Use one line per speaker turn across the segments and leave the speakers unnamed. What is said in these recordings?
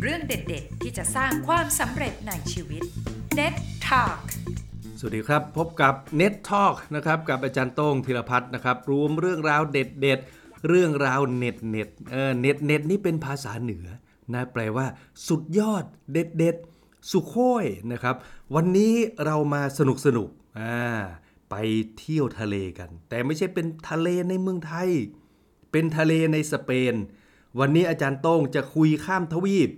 เรื่องเด็ดๆ ที่จะสร้างความสำเร็จในชีวิต Net Talk
สวัสดีครับ พบกับ Net Talk นะครับ กับอาจารย์โต้งธีรพัฒน์นะครับรวมเรื่องราวเด็ดเด็ดๆเรื่องราวเน็ตเน็ตเออเน็ตเน็ตนี่เป็นภาษาเหนือนะแปลว่า สุดยอดเด็ดเด็ดๆสุโค้ยนะครับ วันนี้เรามาสนุกสนุกๆอ่าไปเที่ยวทะเลกัน แต่ไม่ใช่เป็นทะเลในเมืองไทย เป็นทะเลในสเปน วันนี้อาจารย์โต้งจะคุยข้ามทวีป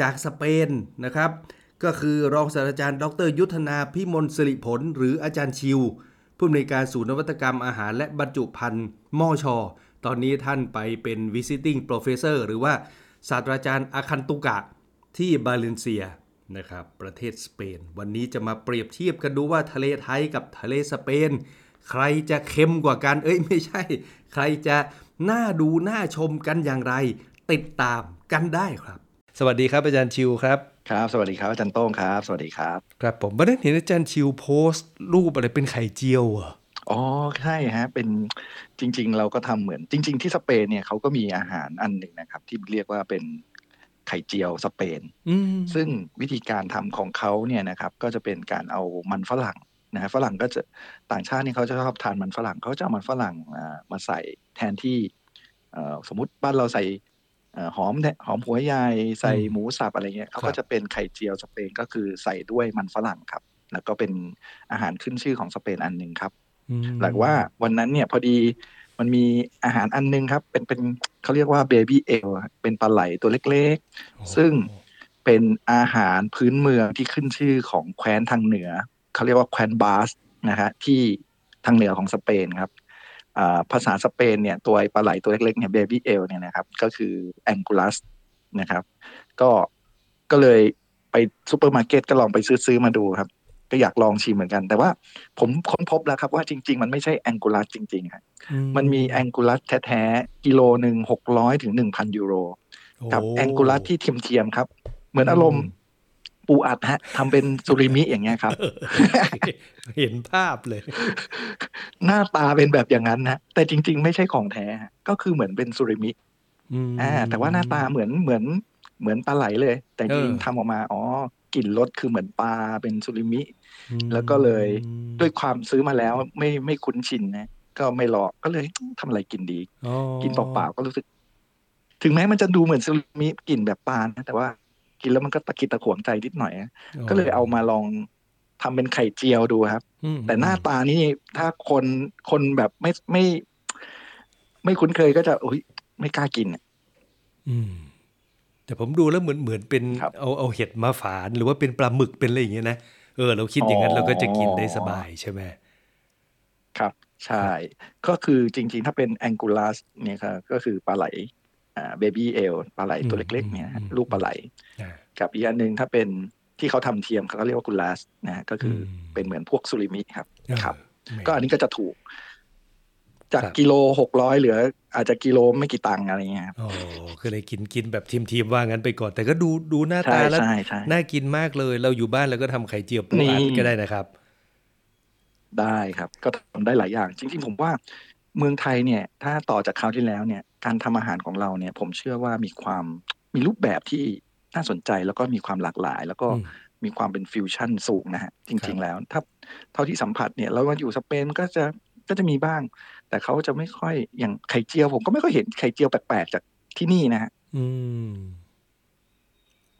จากสเปนนะครับ ก็คือรองศาสตราจารย์ ดร ยุทธนาพิมลสิริผล หรืออาจารย์ชิว ผู้อำนวยการศูนย์นวัตกรรมอาหารและบรรจุภัณฑ์มอชอตอนนี้ท่านไปเป็น visiting professor หรือว่าศาสตราจารย์อาคันตุกะที่บาเลนเซียนะครับประเทศสเปน วันนี้จะมาเปรียบเทียบกันดูว่าทะเลไทยกับทะเลสเปน ใครจะเค็มกว่ากัน เอ้ยไม่ใช่ ใครจะน่าดูน่าชมกันอย่างไร ติดตามกันได้ครับ สวัสดีครับอาจารย์ชิวครับ
ครับ สวัสดีครับอาจารย์โต้งครับ สวัสดีครับ
ครับผมวันนั้นเห็นอาจารย์ชิวโพสต์รูปอะไรเป็นไข่เจียวเหรอ
อ๋อ ใช่ฮะ เป็นจริง ๆ เราก็ทำเหมือนจริง ๆ ที่สเปนเนี่ยเขาก็มีอาหารอันหนึ่งนะครับ ที่เรียกว่าเป็นไข่เจียวสเปน
อืม
ซึ่งวิธีการทำของเขาเนี่ยนะครับ ก็จะเป็นการเอามันฝรั่งนะฮะฝรั่งก็จะต่างชาตินี่เขาจะชอบทานมันฝรั่งเขาจะเอามันฝรั่งอ่ามาใส่แทนที่เอ่อสมมติบ้านเราใส่เอ่อหอมแทหอมหัวใหญ่ใส่หมูสับอะไรเงี้ยเขาก็จะเป็นไข่เจียวสเปนก็คือใส่ด้วยมันฝรั่งครับ แล้วก็เป็นอาหารขึ้นชื่อของสเปนอันหนึ่งครับ
อืม
หลักว่าวันนั้นเนี่ยพอดีมันมีอาหารอันนึงครับ เป็นเป็นเขาเรียกว่าเบบี้เอลเป็นปลาไหลตัวเล็ก
โอ้โห
ๆ ซึ่งเป็นอาหารพื้นเมืองที่ขึ้นชื่อของแคว้นทางเหนือ เขาเรียกว่าแคว้นบาสนะฮะที่ทางเหนือของสเปนครับอ่าภาษาสเปนเนี่ยตัวไอ้ปลาไหลตัวเล็กๆเนี่ยเบบี้เอลเนี่ยนะครับก็คือแองกูลัสนะครับ ก็ก็เลยไปซูเปอร์มาร์เก็ตก็ลองไปซื้อซื้อมาดูครับ ก็อยากลองชิมเหมือนกัน แต่ว่าผมค้นพบแล้วครับว่าจริง ๆ มันไม่ใช่แองกูลัสจริงๆครับมันมีแองกูลัสแท้ๆกิโลหนึ่งหกร้อยถึงหนึ่งพันยูโร กับ
โ
แองกูลัสที่เทียมๆครับ เหมือนอารมณ์ปูอัดฮะทำเป็นซูริมิอย่างเงี้ยครับ
เห็นภาพเลย
หน้าตาเป็นแบบอย่างนั้นนะแต่จริง ๆ ไม่ใช่ของแท้ฮะก็คือเหมือนเป็นซูริมิ
ม
อ่าแต่ว่าหน้าตาเหมือนเหมือนเหมือนปลาไหลเลย แต่จริง
เออ
ๆทำออกมาอ๋อกลิ่นรสคือเหมือนปลาเป็นซูริมิ แล้วก็เลย ด้วยความซื้อมาแล้วไม่ไม่คุ้นชินนะก็ไม่รอก็เลยทำอะไรกินดี
อ๋อ
กินเปล่าๆก็รู้สึก ถึงแม้มันจะดูเหมือนซูริมิกลิ่นแบบปลานะแต่ว่ากินแล้วมันก็ตะกิดตะขวงใจนิดหน่อยนะ ก็เลยเอามาลองทำเป็นไข่เจียวดูครับ
อืม
แต่หน้าตานี่ถ้าคนคนแบบไม่ไม่ ไม่คุ้นเคยก็จะอุ้ยไม่กล้ากินอะ
อืมแต่ผมดูแล้วเหมือนเหมือนเป็น
ครับ
เอาเอาเห็ดมาฝานหรือว่าเป็นปลาหมึกเป็นอะไรอย่างเงี้ยนะเออเราคิดอย่างนั้นเราก็จะกินได้สบายใช่ไหม
ครับ ใช่ ก็คือจริงๆ ถ้าเป็นแองกูลัสเนี่ยครับก็คือปลาไหลอ่าเบบี้เอลปลาไหลตัว
อืม
เล็ก ๆ เนี่ยฮะ
อืม
ลูกปลาไหล
อ่า
กับอีกอันหนึ่งถ้าเป็นที่เขาทำเทียมเขาก็เรียกว่ากุลาสนะฮะก็คืออ
ม
เป็นเหมือนพวกซูริมิครับครับ
เแหม
ก็อันนี้ก็จะถูก จาก
ครับ
กิโลหกร้อยเหลือ อาจจะกิโลไม่กี่ตังค์อะไรเงี้ยครับ
โอ้คือเลยกินกินแบบทีมทีมๆว่างั้นไปก่อน แต่ก็ดูดูหน้า
ใช่
ตาแล้ว
ใช่ใช่
น่ากินมากเลย เราอยู่บ้านเราก็ทำไข่เจียวปูอัด
นี่
ก็ได้นะครับ
ได้ครับ ก็ทำได้หลายอย่าง จริงๆ ผมว่าเมืองไทยเนี่ย ถ้าต่อจากคราวที่แล้วเนี่ย การทำอาหารของเราเนี่ย ผมเชื่อว่ามีความมีรูปแบบที่น่าสนใจแล้วก็มีความหลากหลาย แล้วก็
อืม
มีความเป็นฟิวชั่นสูงนะฮะจ
ครั
ริ
บ
ง ๆ แล้ว ถ้าเท่าที่สัมผัสเนี่ยแล้วว่าอยู่สเปนก็จะก็จะมีบ้าง แต่เขาจะไม่ค่อยอย่างไข่เจียว ผมก็ไม่ค่อยเห็นไข่เจียวแปลกๆจากที่นี่นะฮะ
อืม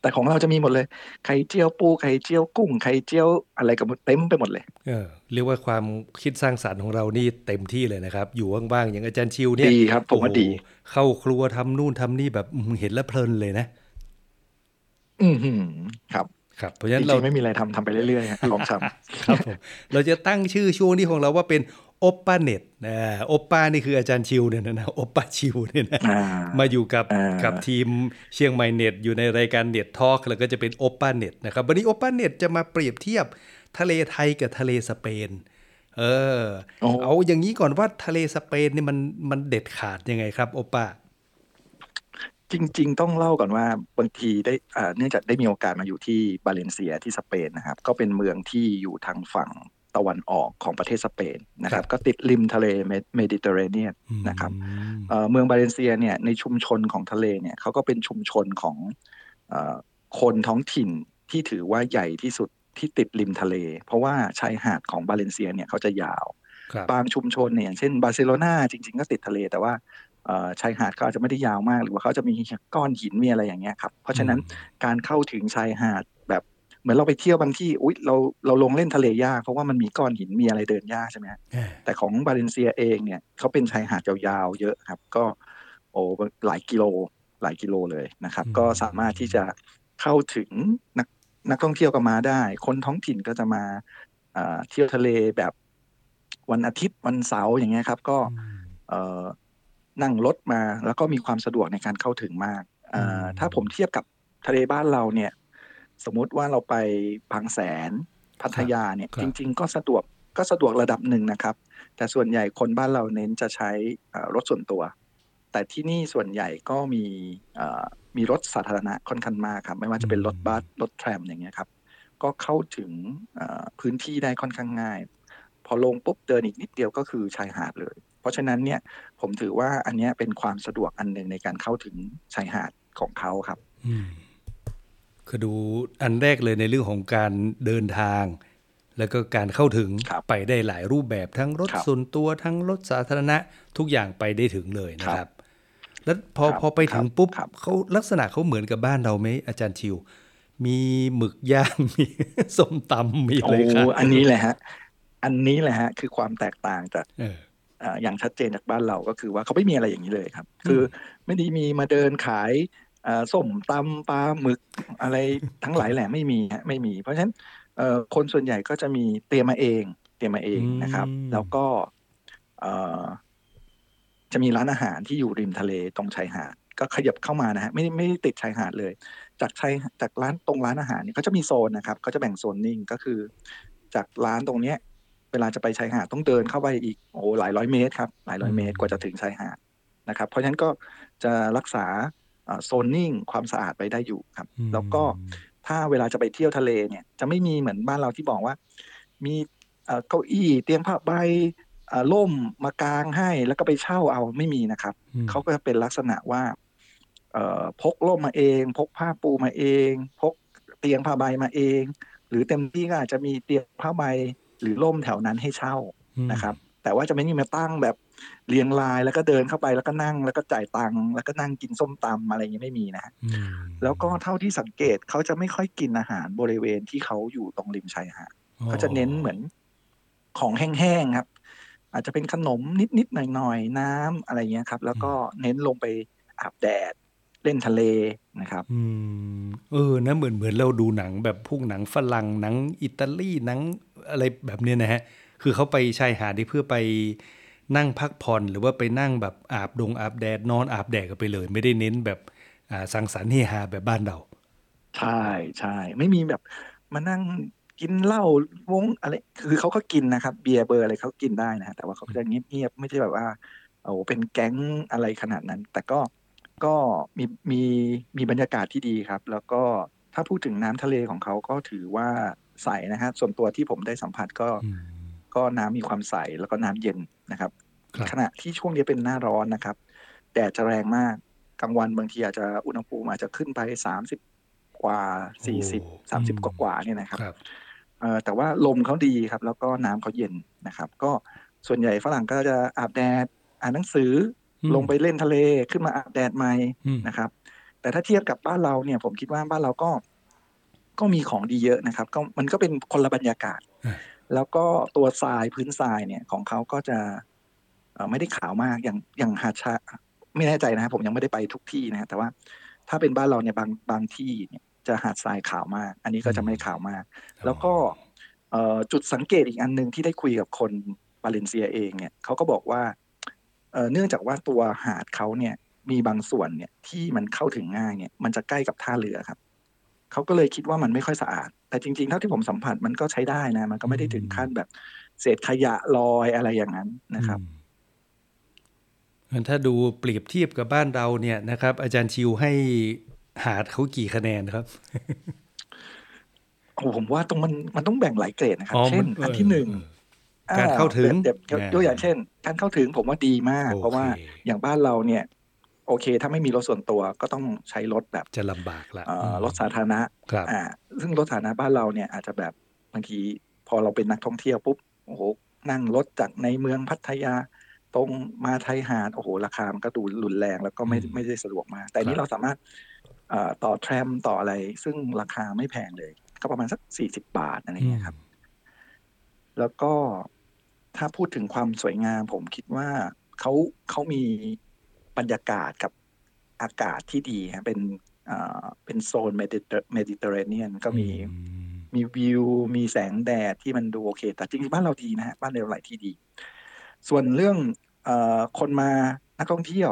แต่ของเราจะมีหมดเลย ไข่เจียวปู ไข่เจียวกุ้ง ไข่เจียวอะไรกับเต็มไปหมดเลย
เออ เรียกว่าความคิดสร้างสารรค์ของเรานี่เต็มที่เลยนะครับ อยู่ว่างๆอย่างอาจารย์ชิวเนี่ย
ดีครับผมว่าดี
โอ้โหเข้าครัวทำนู่นทำนี่แบบอืมเห็นแล้วเพลินเลยนะ
อือหือครับ
ครับ เพราะฉะ
จ
นั้นเรา
ริงๆไม่มีอะไรทำทำไปเรื่อยๆ ฮะลอง
ค
ท
รับผมเราจะตั้งชื่อช่วงนี้ของเราว่าเป็นโอปป้าเน็ตนะโอปป้านี่คืออาจารย์ชิวเนี่ยนะโอปป้าชิวเนี่ยนะ
ำอ่า
มาอยู่กับ
อ่า
กับทีมเชียงใหม่เน็ตอยู่ในรายการเน็ตทอล์กแล้วก็จะเป็นโอป้าเน็ตนะครับวันนี้โอป้าเน็ตจะมาเปรียบเทียบทะเลไทยกับทะเลสเปน เออ
โอ้
เอาอย่างนี้ก่อนว่าทะเลสเปนเนี่ยมันมันเด็ดขาดยังไงครับ โอป้า
จริง ๆ ต้องเล่าก่อนว่าบางทีได้อ่าเนื่องจากได้มีโอกาสมาอยู่ที่บาเลนเซียที่สเปนนะครับ ก็เป็นเมืองที่อยู่ทางฝั่ง ตะวันออกของประเทศสเปนนะครับ ก็ติดริมทะเลเมดิเตอร์เรเนียน นะครับ เอ่อเมืองบาเลนเซียเนี่ยในชุมชนของทะเลเนี่ยเขาก็เป็นชุมชนของเออคนท้องถิ่นที่ถือว่าใหญ่ที่สุดที่ติดริมทะเล เพราะว่าชายหาดของบาเลนเซียเนี่ยเขาจะยาว
ครับ
บางชุมชนเนี่ยอย่างเช่นบาร์เซโลนาจริง ๆ ก็ติดทะเล แต่ว่าเอ่อชายหาดเขาอาจจะไม่ได้ยาวมาก หรือว่าเขาจะมีก้อนหินมีอะไรอย่างเงี้ยครับเพราะฉะนั้นการเข้าถึงชายหาดแบบเหมือนเราไปเที่ยวบางที่อุ๊ยเราเราลงเล่นทะเลยากเพราะว่ามันมีก้อนหินมีอะไรเดินยากใช่ไหมฮะ
อืม
แต่ของบาเลนเซียเองเนี่ยเขาเป็นชายหาดยาวๆเยอะครับ ก็โอ้หลายกิโลหลายกิโลเลยนะครับ ก็สามารถที่จะเข้าถึงนักนักท่องเที่ยวก็มาได้ คนท้องถิ่นก็จะมาเอ่อเที่ยวทะเลแบบวันอาทิตย์วันเสาร์อย่างเงี้ยครับ ก็เอ่อนั่งรถมาแล้วก็มีความสะดวกในการเข้าถึงมากเอ่อถ้าผมเทียบกับทะเลบ้านเราเนี่ย สมมุติว่าเราไปบางแสนพัทยาเนี่ย จริง ๆ ก็สะดวกก็สะดวกระดับหนึ่งนะครับ แต่ส่วนใหญ่คนบ้านเราเน้นจะใช้เอ่อรถส่วนตัว แต่ที่นี่ส่วนใหญ่ก็มีเอ่อมีรถสาธารณะค่อนข้างมากครับ ไม่ว่าจะเป็นรถบัสรถแทรมอย่างเงี้ยครับ ก็เข้าถึงเอ่อพื้นที่ได้ค่อนข้างง่าย พอลงปุ๊บเดินอีกนิดเดียวก็คือชายหาดเลย เพราะฉะนั้นเนี่ยผมถือว่าอันเนี้ยเป็นความสะดวกอันหนึ่งในการเข้าถึงชายหาดของเขาครับ
อืมคือดูอันแรกเลยในเรื่องของการเดินทาง แล้วก็การเข้าถึง
ครับ
ไปได้หลายรูปแบบทั้งรถ
ครับ
ส่วนตัวทั้งรถสาธารณะทุกอย่างไปได้ถึงเลยนะค
ครั
รับ
บ
แล้วพอ
ครับ
พอไปถึง
ครับ
ปุ๊บ
ครับ
เขาลักษณะเขาเหมือนกับบ้านเราไหมอาจารย์ชิว มีหมึกย่าง มีส้มตำมีอะไรครับ
โอ้อันนี้แหละฮะอันนี้แหละฮะคือความแตกต่างจาก
เออ
เอ่ออย่างชัดเจนจากบ้านเราก็คือว่าเขาไม่มีอะไรอย่างนี้เลยครับ คือไม่ได้มีมาเดินขายเอ่อส้มตำปลาหมึกอะไรทั้งหลายแหล่ไม่มีฮะไม่มี เพราะฉะนั้นเอ่อคนส่วนใหญ่ก็จะมีเตรียมมาเองเตรียมมาเองนะครับ
อืม
แล้วก็เอ่อจะมีร้านอาหารที่อยู่ริมทะเลตรงชายหาดก็ขยับเข้ามานะฮะไม่ได้ไม่ได้ติดชายหาดเลย จากชายจากร้านตรงร้านอาหารเนี่ยเขาจะมีโซนนะครับเขาจะแบ่งโซนนิ่งก็คือ จากร้านตรงเนี้ย เวลาจะไปชายหาดต้องเดินเข้าไปอีกโอ้โหหลายร้อยเมตรครับหลายร้อยเมตร
อืม
กว่าจะถึงชายหาดนะครับ เพราะฉะนั้นก็จะรักษาเอ่อโซนนิ่งความสะอาดไว้ได้อยู่ครับ
อืม
แล้วก็ ถ้าเวลาจะไปเที่ยวทะเลเนี่ยจะไม่มีเหมือนบ้านเราที่บอกว่า มีเอ่อเก้าอี้เตียงผ้าใบเอ่อล่มมากางให้แล้วก็ไปเช่าเอาไม่มีนะครับ
อืม
เขาก็จะเป็นลักษณะว่าเอ่อพกร่มมาเอง พกผ้าปูมาเอง พกเตียงผ้าใบมาเอง หรือเต็มที่ก็อาจจะมีเตียงผ้าใบหรือร่มแถวนั้นให้เช่านะครับ แต่ว่าจะไม่มีมาตั้งแบบเรียงรายแล้วก็เดินเข้าไปแล้วก็นั่ง แล้วก็จ่ายตังค์แล้วก็นั่งกินส้มตำอะไรอย่างเงี้ยไม่มีนะฮะ
อืม
แล้วก็เท่าที่สังเกตเขาจะไม่ค่อยกินอาหารบริเวณที่เขาอยู่ตรงริมชายหาด
อ๋อ
เขาจะเน้นเหมือนของแห้งๆครับ อาจจะเป็นขนมนิดๆหน่อยๆน้ำอะไรเงี้ยครับ แล้วก็เน้นลงไปอาบแดดเล่นทะเลนะครับ
อืมเออนะเหมือนเหมือนเราดูหนังแบบพวกหนังฝรั่งหนังอิตาลีหนังอะไรแบบเนี้ยนะฮะ คือเขาไปชายหาดนี่เพื่อไปนั่งพักผ่อนหรือว่าไปนั่งแบบอาบดงอาบแดดนอนอาบแดดกันไปเลย ไม่ได้เน้นแบบอ่าสังสรรค์เฮฮาแบบบ้านเรา
ใช่ใช่ไม่มีแบบมานั่งกินเหล้าวงอะไรคือเขาก็กินนะครับ เบียร์เบอร์อะไรเขากินได้นะฮะแต่ว่าเขาก็จะเงียบๆไม่ใช่แบบว่าโอ้โหเป็นแก๊งอะไรขนาดนั้น แต่ก็ก็มีมีมีบรรยากาศที่ดีครับ แล้วก็ถ้าพูดถึงน้ำทะเลของเขาก็ถือว่าใสนะฮะส่วนตัวที่ผมได้สัมผัสก็
อืม
ก็น้ำมีความใสแล้วก็น้ำเย็นนะครับ
ครับ
ขณะที่ช่วงนี้เป็นหน้าร้อนนะครับ แดดจะแรงมากกลางวันบางทีอาจจะอุณหภูมิอาจจะขึ้นไปสามสิบกว่าสี่สิบ
โอ้
สามสิบ
อื
ก
ม
ว่าๆเนี่ยนะครับ
ครับ
เอ่อแต่ว่าลมเขาดีครับ แล้วก็น้ำเขาเย็นนะครับ ก็ส่วนใหญ่ฝรั่งก็จะอาบแดดอ่านหนังสืออ
ม
ลงไปเล่นทะเลขึ้นมาอาบแดดใหม่
อืม
นะครับ แต่ถ้าเทียบกับบ้านเราเนี่ย ผมคิดว่าบ้านเราก็ ก็มีของดีเยอะนะครับ ก็มันก็เป็นคนละบรรยากาศ
อ่า
แล้วก็ตัวทรายพื้นทรายเนี่ยของเขาก็จะเอ่อไม่ได้ขาวมากอย่างอย่างหาดชาไม่แน่ใจนะครับผมยังไม่ได้ไปทุกที่นะฮะแต่ว่าถ้าเป็นบ้านเราเนี่ยบางบางที่เนี่ยจะหาดทรายขาวมาก อันนี้ก็จะไม่ขาวมาก แล้วก็เอ่อจุดสังเกตอีกอันหนึ่งที่ได้คุยกับคนบาเลนเซียเองเนี่ยเขาก็บอกว่าเอ่อเนื่องจากว่าตัวหาดเขาเนี่ยมีบางส่วนเนี่ยที่มันเข้าถึงง่ายเนี่ยมันจะใกล้กับท่าเรือครับเขาก็เลยคิดว่ามันไม่ค่อยสะอาด แต่จริงๆเท่าที่ผมสัมผัสมันก็ใช้ได้นะมันก็ไม่ได้ถึงขั้นแบบเศษขยะลอยอะไรอย่างนั้นนะครับ
อืมงั้นถ้าดูเปรียบเทียบกับบ้านเราเนี่ยนะครับ อาจารย์ชิวให้หาดเขากี่คะแนนครับ
โอ้ผมว่าตรงมันมันต้องแบ่งหลายเกรดนะครับ
อ๋อ
เช่น
มั
อันที่หนึ่ง
เออ การเข้าถึง
อ่เปรียบเทียบ
นะ
ยกอย่างเช่น การเข้าถึงผมว่าดีมาก
โอเค
เพราะว่าอย่างบ้านเราเนี่ย โอเค ถ้าไม่มีรถส่วนตัวก็ต้องใช้รถแบบ
จะลำบากละ
เอ่อรถสาธารณะ
ครับ
อ่าซึ่งรถสาธารณะบ้านเราเนี่ยอาจจะแบบบางทีพอเราเป็นนักท่องเที่ยวปุ๊บโอ้โหนั่งรถจากในเมืองพัทยา ตรงมาไทยหาดโอ้โหราคามันก็ดูรุนแรงแล้วก็ไม่
อืม
ไม่ได้สะดวกมาก แต่อั
ค
น
รั
นี้
บ
เราสามารถเอ่อต่อแทรมต่ออะไร ซึ่งราคาไม่แพงเลย ก็ประมาณสักสี่สิบาทอะไรเงี้ยครับ แล้วก็ถ้าพูดถึงความสวยงาม ผมคิดว่าเขาเขามีบรรยากาศกับอากาศที่ดีฮะเป็นอ่าเป็นโซนเมดิเตอร์เมดิเตอร์เรเนียนก็มี
อืม
มีวิว มีแสงแดดที่มันดูโอเค แต่จริงๆบ้านเราดีนะฮะบ้านเราหลายที่ดี ส่วนเรื่องเออคนมานักท่องเที่ยว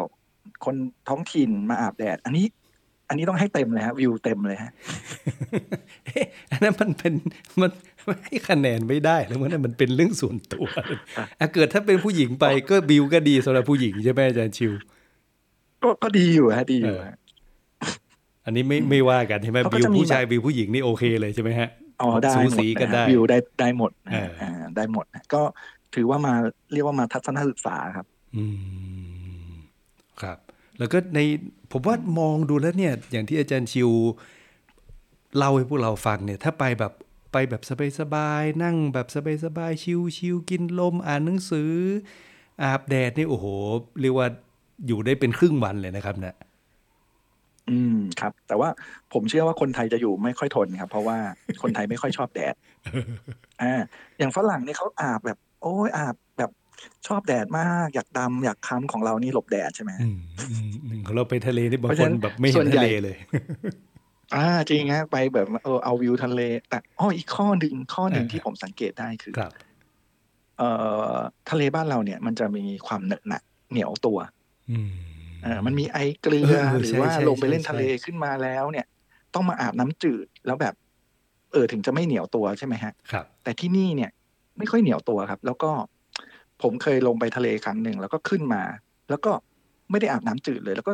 คนท้องถิ่นมาอาบแดด อันนี้ อันนี้ต้องให้เต็มเลยฮะวิวเต็มเลยฮะ
เอ๊ะอันนั้นมันเป็น มันมันให้คะแนนไม่ได้แล้วมันนั้นมันเป็นเรื่องส่วน ตัวอ่ะเกิดถ้าเป็นผู้หญิงไปก็บิวก็ดีสำหรับผู้หญิงใช่ไหมอาจารย์ชิว
ก็ก็ดีอยู่ฮะดีอยู่
เออ
ฮะ
อันนี้ไม่ไม่ว่ากันใช่ไหม
เขาก็
บิว
จะมี
ผู้ชายบิวผู้หญิงนี่โอเคเลยใช่ไหมฮะ
อ๋อได้
สู
หม
สี
ด
กันได้
ะฮะวิวได้ได้หมดนะ
เอ
ฮะ
ออ่
าได้หมดนะก็ถือว่ามาเรียกว่ามาทัศนศึกษาครับ
อืมครับ แล้วก็ในผมว่ามองดูแล้วเนี่ยอย่างที่อาจารย์ชิวเล่าให้พวกเราฟังเนี่ย ถ้าไปแบบไปแบบสบายๆนั่งแบบสบายๆชิวชิวกินลมอ่านหนังสือ อาบแดดนี่โอ้โห เรียกว่าอยู่ได้เป็นครึ่งวันเลยนะครับเนี่ย
อืมครับ แต่ว่าผมเชื่อว่าคนไทยจะอยู่ไม่ค่อยทนครับ เพราะ ว่าคนไทยไม่ค่อยชอบแดด อ่าอย่างฝรั่งนี่เขาอาบแบบ โอ้ยอาบแบบชอบแดดมาก อยากดำอยากคล้ำของเรานี่หลบแดดใช่ไหม
อืมอืมอืมของเราไปทะเลนี่บาง
เพราะ
ค
ฉะ
น
นั้น
แบบไม่เห็
ส่
น
วนใหญ่
ทะเลเลย
อ่าจริงฮะไปแบบเออเอาวิวทะเล แต่อ้ออีกข้อหนึ่งข้อหนึ่ง
เออ
ที่ผมสังเกตได้คือ
ครับ
เอ่อทะเลบ้านเราเนี่ย มันจะมีความเหนอะหนะเหนียวตัว
อืม
เอ่อมันมีไอเกลื
เอ
อ
อเออ
หรือ
ใช่
ว่า
ใช่
ลงไปเล่น
ใช่
ทะเลขึ้นมาแล้วเนี่ย ต้องมาอาบน้ำจืดแล้วแบบ เออถึงจะไม่เหนียวตัวใช่ไหมฮะ
ครับ
แต่ที่นี่เนี่ย ไม่ค่อยเหนียวตัวครับ แล้วก็ผมเคยลงไปทะเลครั้งหนึ่งแล้วก็ขึ้นมา แล้วก็ไม่ได้อาบน้ำจืดเลย แล้วก็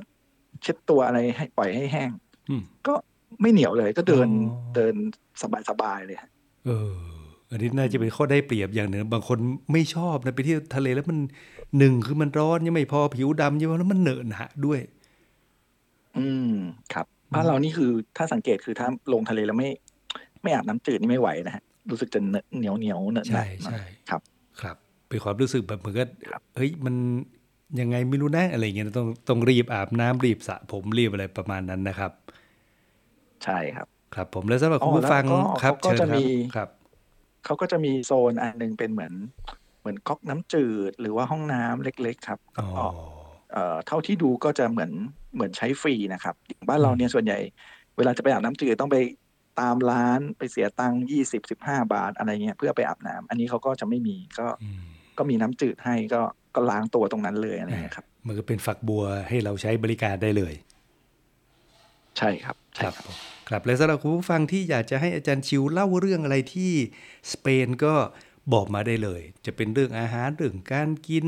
เช็ดตัวอะไรให้ปล่อยให้แห้ง
อืม
ก็ไม่เหนียวเลย ก็เดิน
อ๋อ
เดินสบายๆเลยฮะ
เออ อันนี้น่าจะเป็นข้อได้เปรียบอย่างหนึ่งบางคนไม่ชอบนะไปเที่ยวทะเลแล้วมันหนึ่งคือมันร้อนยังไม่พอผิวดำยังไม่พอแล้วมันเหนอะหนะด้วย
อืมครับบ้านเรานี่คือถ้าสังเกตคือถ้าลงทะเลแล้วไม่ ไม่อาบน้ำจืดนี่ไม่ไหวนะฮะรู้สึกจะเหนียวเหนียวๆเหนอะห
ใช่
นะ
ใช่
ครับ
ครับ เป็นความรู้สึกแบบเหมือนกับ
ครับ
เฮ้ยมันยังไงไม่รู้นะอะไรอย่างเงี้ยต้องต้องรีบอาบน้ำรีบสระผมรีบอะไรประมาณนั้นนะครับ
ใช่ครับ
ครับผมแล้วสำหรับ
อ๋
คุ
อ
ณผู้ฟัง
แล้วก็
ครับ
เขาก็
เชิญค
จะ
รับ
มี
ครับ
เขาก็จะมีโซนอันหนึงเป็นเหมือน เหมือนก๊อกน้ำจืด หรือว่าห้องน้ำเล็ก ๆ ครับ
อ๋อ
ก็เอ่อเท่าที่ดูก็จะเหมือนเหมือนใช้ฟรีนะครับอย่างบ้านเราเนี่ยส่วนใหญ่ เวลาจะไปอาบน้ำจืดต้องไปตามร้านไปเสียตังค์ยี่สิบสิบห้าบาทอะไรเงี้ยเพื่อไปอาบน้ำอันนี้เขาก็จะไม่มีก็
อืม
ก็มีน้ำจืดให้ก็ก็ล้างตัวตรงนั้นเลยอะไรเงี้ยครับ
มันก็เป็นฝักบัวให้เราใช้บริการได้เลย
ใช่ครับ
ค
ใช่
รับผมครับและสำหรับคุณผู้ฟังที่อยากจะให้อาจารย์ชิวเล่าเรื่องอะไรที่สเปนก็บอกมาได้เลย จะเป็นเรื่องอาหารเรื่องการกิน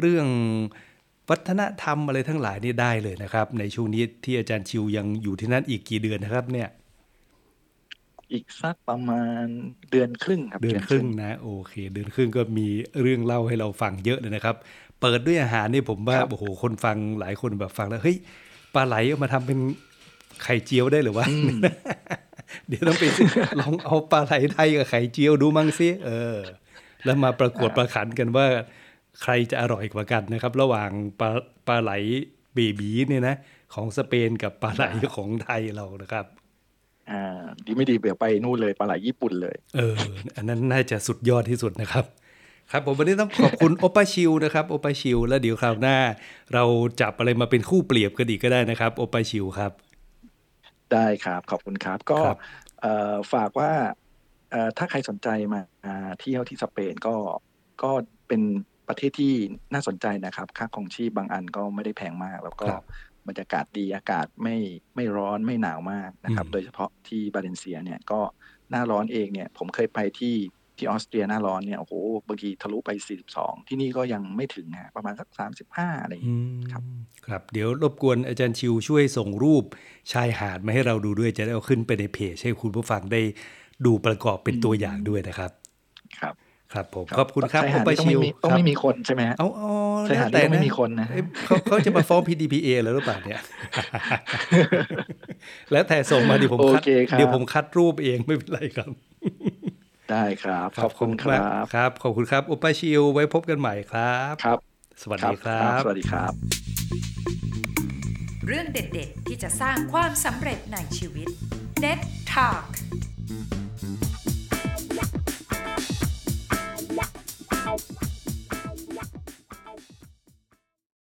เรื่องวัฒนธรรมอะไรทั้งหลายนี่ได้เลยนะครับ ในช่วงนี้ที่อาจารย์ชิวยังอยู่ที่นั่นอีกกี่เดือนนะครับเนี่ย
อีกสักประมาณเดือนครึ่งครับ
เดือนครึ่งนะโอเค เดือนครึ่งก็มีเรื่องเล่าให้เราฟังเยอะเลยนะครับ เปิดด้วยอาหารนี่ผมว่าโอ้โหคนฟังหลายคนแบบฟังแล้วเฮ้ยปลาไหลเอามาทำเป็นไข่เจียวได้หรือวะ
อืม
เดี๋ยวต้องไปซื้อ ลองเอาปลาไหลไทยกับไข่เจียวดูมั้งสิเออ แล้วมาประกวดประขันกันว่า ใครจะอร่อยกว่ากันนะครับ ระหว่างปลาปลาไหลเบบีเนี่ยนะ ของสเปนกับปลาไหลของไทยเรานะครับ
อ่าดีไม่ดีเดี๋ยวไปนู่นเลยปลาไหลญี่ปุ่นเลย
เออ อันนั้นน่าจะสุดยอดที่สุดนะครับ ครับผมวันนี้ต้องขอบคุณ โอปาชิวนะครับโอปาชิวแล้วเดี๋ยวคราวหน้า เราจับอะไรมาเป็นคู่เปรียบกันอีกก็ได้นะครับโอปาชิวครับ
ได้ครับ ขอบคุณครับ ก็
ครับ
เอ่อฝากว่าเอ่อถ้าใครสนใจมาเที่ยวที่สเปนก็ก็เป็นประเทศที่น่าสนใจนะครับ ค่าของชีพบางอันก็ไม่ได้แพงมาก แล้วก็
ครับ
บรรยากาศดีอากาศไม่ไม่ร้อนไม่หนาวมากนะครับ
อืม
โดยเฉพาะที่บาเลนเซียเนี่ยก็หน้าร้อนเองเนี่ย ผมเคยไปที่ที่ออสเตรียหน้าร้อนเนี่ยโอ้โหบางทีทะลุไป 42 ที่นี่ก็ยังไม่ถึงฮะประมาณสัก 35อะไรอย่างเงี้ย
อืม
ครับ
ครับ เดี๋ยวรบกวนอาจารย์ชิวช่วยส่งรูปชายหาดมาให้เราดูด้วยจะได้เอาขึ้นไปในเพจให้คุณผู้ฟังได้ ดูประกอบเป็นตัวอย่างด้วยนะครับ
ครับ
ครับผมขอบคุณครับ
ชาย
คุณ
หาด
ปาชิ
นี่ต้องไม่
ว
มีต้องไม่มีคนใช่ไหมฮะ
เอาเอา
ชายหาด
แล้ว
ที่ต้องไม่มีคนนะ
เอ้ยเขาเขาจะมาฟ้อง PDPA แล้วหรือเปล่า เนี่ย แล้วแต่ส่งมาเดี๋ยวผมคัด
โอเคครับ
เดี๋ยวผมคัดรูปเองไม่เป็นไรครับ
ได้ครับ ขอบคุณค
มา
รั
ก
บ
ครับ ขอบคุณครับ อุปาชิว ไว้พบกันใหม่ครับ
ครับ
สวัสดีครับ
สวัสดีครับ
เรื่องเด็ด ๆ ที่จะสร้างความสำเร็จในชีวิต NET Talk